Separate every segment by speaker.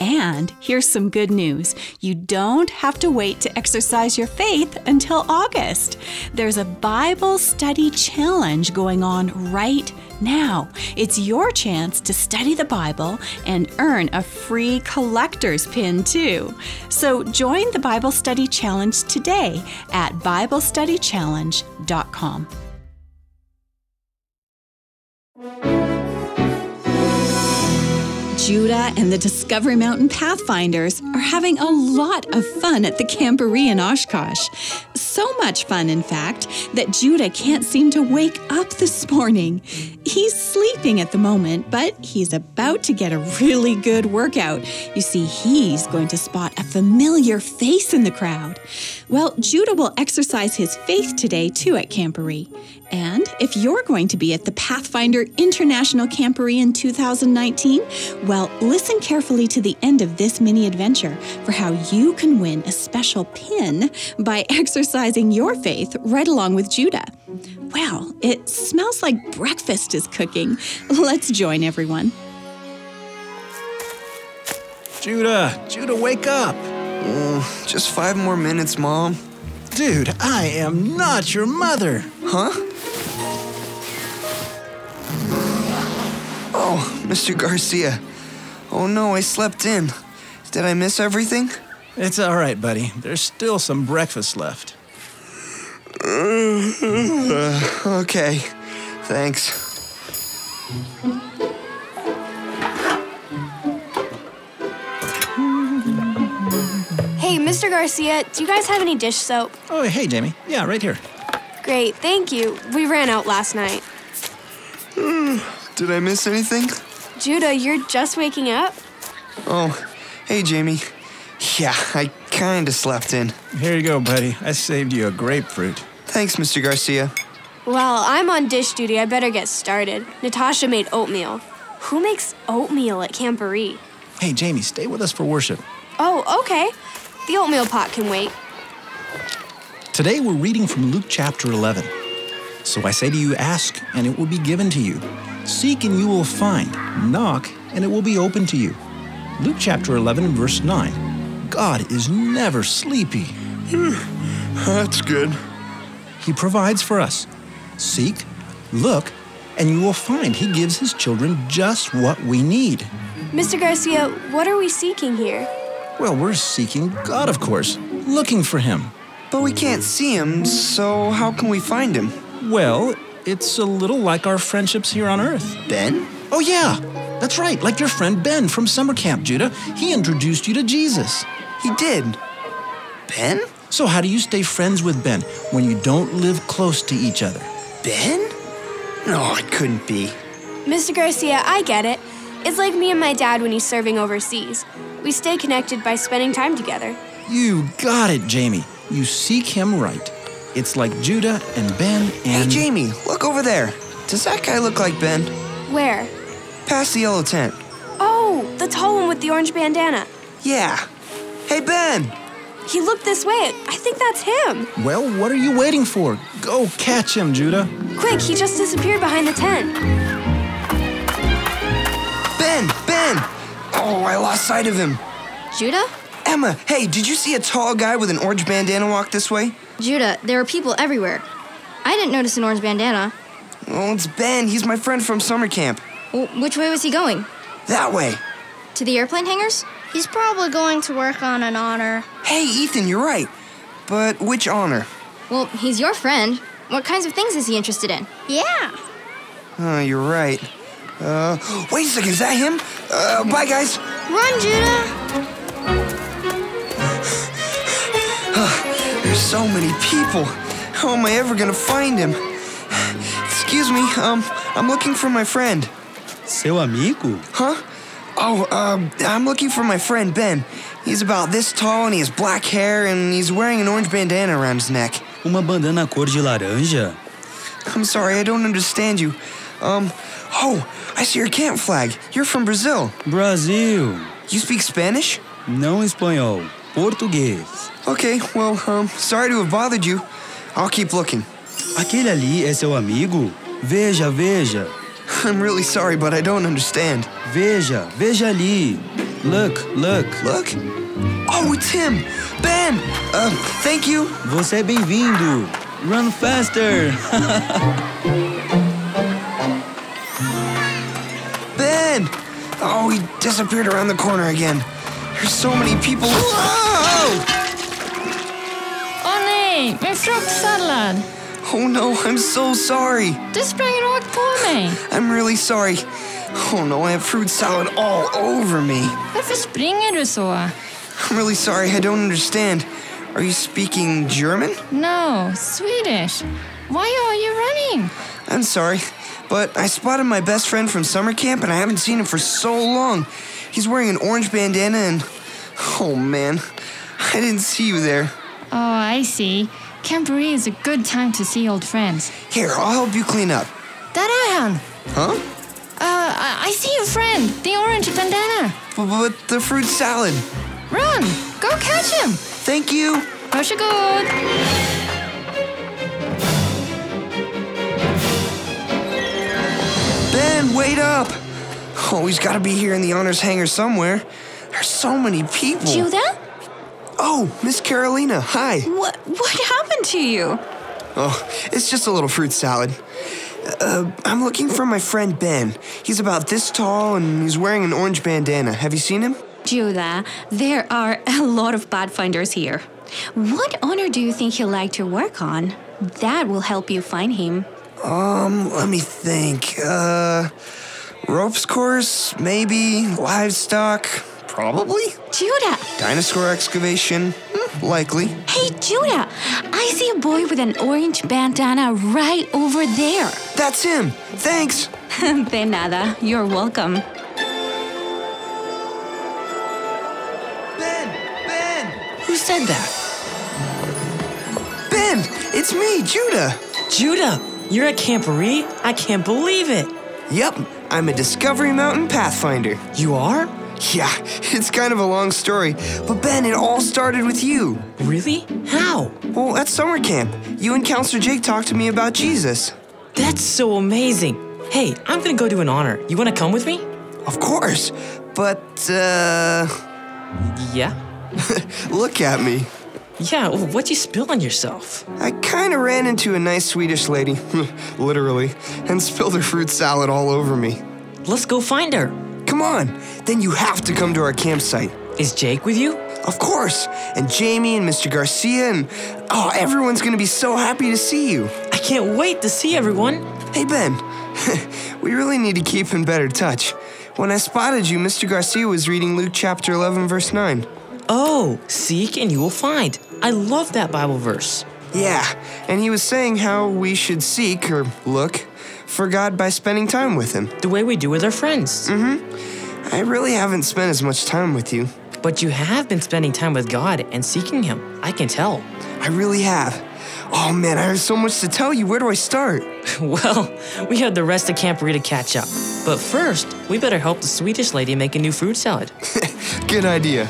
Speaker 1: And here's some good news. You don't have to wait to exercise your faith until August. There's a Bible study challenge going on right now. It's your chance to study the Bible and earn a free collector's pin, too. So join the Bible study challenge today at BibleStudyChallenge.com. Judah and the Discovery Mountain Pathfinders are having a lot of fun at the Camboree in Oshkosh. So much fun, in fact, that Judah can't seem to wake up this morning. He's sleeping at the moment, but he's about to get a really good workout. You see, he's going to spot a familiar face in the crowd. Well, Judah will exercise his faith today too at Camboree. And if you're going to be at the Pathfinder International Camporee in 2019, well, listen carefully to the end of this mini adventure for how you can win a special pin by exercising your faith right along with Judah. Well, it smells like breakfast is cooking. Let's join everyone.
Speaker 2: Judah, Judah, wake up.
Speaker 3: Oh, just five more minutes, Mom.
Speaker 2: Dude, I am not your mother.
Speaker 3: Huh? Oh, Mr. Garcia. Oh no, I slept in. Did I miss everything?
Speaker 2: It's all right, buddy. There's still some breakfast left.
Speaker 3: Uh, okay, thanks.
Speaker 4: Hey, Mr. Garcia, do you guys have any dish soap?
Speaker 2: Oh, hey, Jamie. Yeah, right here.
Speaker 4: Great, thank you. We ran out last night.
Speaker 3: Did I miss anything?
Speaker 4: Judah, you're just waking up?
Speaker 3: Oh, hey, Jamie. Yeah, I kinda slept in.
Speaker 2: Here you go, buddy. I saved you a grapefruit.
Speaker 3: Thanks, Mr. Garcia.
Speaker 4: Well, I'm on dish duty. I better get started. Natasha made oatmeal. Who makes oatmeal at Camporee?
Speaker 2: Hey, Jamie, stay with us for worship.
Speaker 4: Oh, okay. The oatmeal pot can wait.
Speaker 2: Today we're reading from Luke chapter 11. So I say to you, ask, and it will be given to you. Seek, and you will find. Knock, and it will be open to you. Luke chapter 11, verse 9. God is never sleepy.
Speaker 3: Hmm, That's good.
Speaker 2: He provides for us. Seek, look, and you will find He gives His children just what we need.
Speaker 4: Mr. Garcia, what are we seeking here?
Speaker 2: Well, we're seeking God, of course, looking for Him.
Speaker 3: But we can't see him, so how can we find him?
Speaker 2: Well, it's a little like our friendships here on earth.
Speaker 3: Ben?
Speaker 2: Oh, yeah, that's right, like your friend Ben from summer camp, Judah. He introduced you to Jesus.
Speaker 3: He did. Ben?
Speaker 2: So, how do you stay friends with Ben when you don't live close to each other?
Speaker 3: Ben? No, it couldn't be.
Speaker 4: Mr. Garcia, I get it. It's like me and my dad when he's serving overseas. We stay connected by spending time together.
Speaker 2: You got it, Jamie. You seek him right. It's like Judah and Ben
Speaker 3: Hey,
Speaker 2: and.
Speaker 3: Jamie, look over there. Does that guy look like Ben?
Speaker 4: Where?
Speaker 3: Past the yellow tent.
Speaker 4: Oh, the tall one with the orange bandana.
Speaker 3: Yeah. Hey, Ben!
Speaker 4: He looked this way. I think that's him.
Speaker 2: Well, what are you waiting for? Go catch him, Judah.
Speaker 4: Quick, he just disappeared behind the tent.
Speaker 3: Ben! Ben! Oh, I lost sight of him.
Speaker 5: Judah?
Speaker 3: Emma, hey, did you see a tall guy with an orange bandana walk this way?
Speaker 5: Judah, there are people everywhere. I didn't notice an orange bandana.
Speaker 3: Oh, it's Ben. He's my friend from summer camp.
Speaker 5: W which way was he going?
Speaker 3: That way.
Speaker 5: To the airplane hangars?
Speaker 6: He's probably going to work on an honor.
Speaker 3: Hey, Ethan, you're right. But which honor?
Speaker 5: Well, he's your friend. What kinds of things is he interested in?
Speaker 6: Yeah.
Speaker 3: Oh, you're right. Uh, wait a second, is that him? Uh, bye, guys.
Speaker 6: Run, Judah!
Speaker 3: There's so many people. How am I ever gonna find him? Excuse me, um, I'm looking for my friend.
Speaker 7: Seu amigo?
Speaker 3: Huh? Oh, um, I'm looking for my friend Ben. He's about this tall and he has black hair and he's wearing an orange bandana around his neck.
Speaker 7: Uma bandana cor de laranja?
Speaker 3: I'm sorry, I don't understand you. Um, oh, I see your camp flag. You're from Brazil.
Speaker 7: Brasil.
Speaker 3: You speak Spanish?
Speaker 7: Não espanhol. Português.
Speaker 3: Okay, well, um, sorry to have bothered you. I'll keep looking.
Speaker 7: Aquele ali é seu amigo? Veja, veja.
Speaker 3: I'm really sorry, but I don't understand.
Speaker 7: Veja, veja ali. Look, look.
Speaker 3: Look. Oh, it's him! Ben! Uh, thank you.
Speaker 7: Você é bem-vindo. Run faster.
Speaker 3: Ben! Oh, he disappeared around the corner again. There's so many people. Whoa!
Speaker 8: Olej, min fruktssallad.
Speaker 3: Oh no, I'm so sorry.
Speaker 8: Du sprang rakt på mig.
Speaker 3: I'm really sorry. Oh no, I have fruit salad all over me.
Speaker 8: Varför springer du så?
Speaker 3: I'm really sorry, I don't understand. Are you speaking German?
Speaker 8: No, Swedish. Why are you running?
Speaker 3: I'm sorry, but I spotted my best friend from summer camp and I haven't seen him for so long. He's wearing an orange bandana and. Oh man, I didn't see you there.
Speaker 8: Oh, I see. Camporee is a good time to see old friends.
Speaker 3: Here, I'll help you clean up.
Speaker 8: Där är han!
Speaker 3: Huh?
Speaker 8: Uh, I- I see your friend, the orange bandana.
Speaker 3: But, but the fruit salad.
Speaker 8: Run! Go catch him!
Speaker 3: Thank you.
Speaker 8: Varsågod!
Speaker 3: Ben, wait up. Oh, he's gotta be here in the honors hangar somewhere. There's so many people.
Speaker 1: Judah?
Speaker 3: Oh, Miss Carolina, hi.
Speaker 1: What, what happened to you?
Speaker 3: Oh, it's just a little fruit salad. Uh, I'm looking for my friend Ben. He's about this tall and he's wearing an orange bandana. Have you seen him?
Speaker 1: Judah, there are a lot of pathfinders here. What honor do you think he'll like to work on? That will help you find him.
Speaker 3: Um, let me think. Uh, ropes course, maybe. Livestock, probably.
Speaker 1: Judah!
Speaker 3: Dinosaur excavation, Hmm, likely.
Speaker 1: Hey, Judah! I see a boy with an orange bandana right over there.
Speaker 3: That's him. Thanks.
Speaker 1: De nada. You're welcome.
Speaker 3: Ben, Ben,
Speaker 9: Who said that?
Speaker 3: Ben. It's me, Judah.
Speaker 9: Judah, you're at Camporee? I can't believe it.
Speaker 3: Yep, I'm a Discovery Mountain Pathfinder.
Speaker 9: You are?
Speaker 3: Yeah, it's kind of a long story, but Ben, it all started with you.
Speaker 9: Really? How?
Speaker 3: Well, at summer camp, you and Counselor Jake talked to me about Jesus.
Speaker 9: That's so amazing. Hey, I'm gonna go do an honor. You wanna come with me?
Speaker 3: Of course, but, uh,
Speaker 9: Yeah?
Speaker 3: look at me.
Speaker 9: Yeah, oh, what'd you spill on yourself?
Speaker 3: I kinda ran into a nice Swedish lady, literally, and spilled her fruit salad all over me.
Speaker 9: Let's go find her.
Speaker 3: Come on, then you have to come to our campsite.
Speaker 9: Is Jake with you?
Speaker 3: Of course, and Jamie and Mr. Garcia, and oh, everyone's gonna be so happy to see you.
Speaker 9: I can't wait to see everyone.
Speaker 3: Hey, Ben, we really need to keep in better touch. When I spotted you, Mr. Garcia was reading Luke chapter 11, verse 9.
Speaker 9: Oh, seek and you will find. I love that Bible verse.
Speaker 3: Yeah, and he was saying how we should seek or look for God by spending time with Him.
Speaker 9: The way we do with our friends.
Speaker 3: I really haven't spent as much time with you.
Speaker 9: But you have been spending time with God and seeking Him. I can tell.
Speaker 3: I really have. Oh man, I have so much to tell you. Where do I start?
Speaker 9: Well, we have the rest of Camp Rita to catch up. But first, we better help the Swedish lady make a new fruit salad.
Speaker 3: Good idea.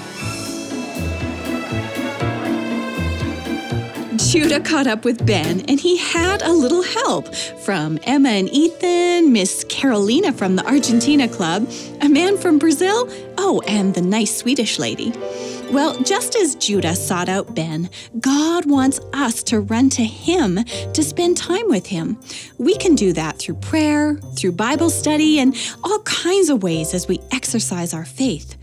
Speaker 1: Judah caught up with Ben, and he had a little help from Emma and Ethan, Miss Carolina from the Argentina Club, a man from Brazil, oh, and the nice Swedish lady. Well, just as Judah sought out Ben, God wants us to run to him to spend time with him. We can do that through prayer, through Bible study, and all kinds of ways as we exercise our faith.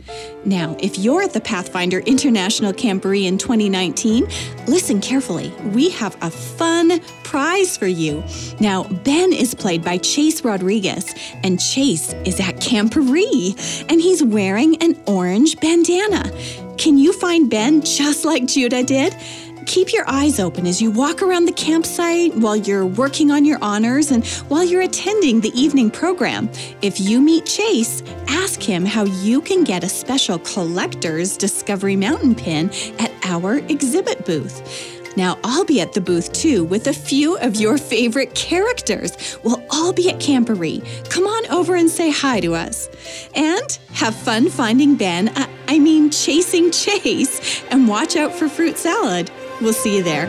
Speaker 1: Now, if you're at the Pathfinder International Camporee in 2019, listen carefully. We have a fun prize for you. Now, Ben is played by Chase Rodriguez, and Chase is at Camporee, and he's wearing an orange bandana. Can you find Ben just like Judah did? Keep your eyes open as you walk around the campsite, while you're working on your honors, and while you're attending the evening program. If you meet Chase, ask him how you can get a special Collector's Discovery Mountain pin at our exhibit booth. Now, I'll be at the booth too with a few of your favorite characters. We'll all be at Camperee. Come on over and say hi to us. And have fun finding Ben, uh, I mean, chasing Chase, and watch out for fruit salad. We'll see you there.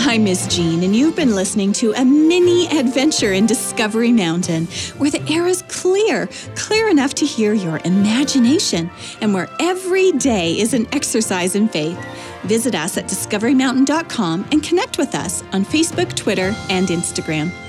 Speaker 1: Hi, Miss Jean, and you've been listening to a mini adventure in Discovery Mountain, where the air is clear, clear enough to hear your imagination, and where every day is an exercise in faith. Visit us at discoverymountain.com and connect with us on Facebook, Twitter, and Instagram.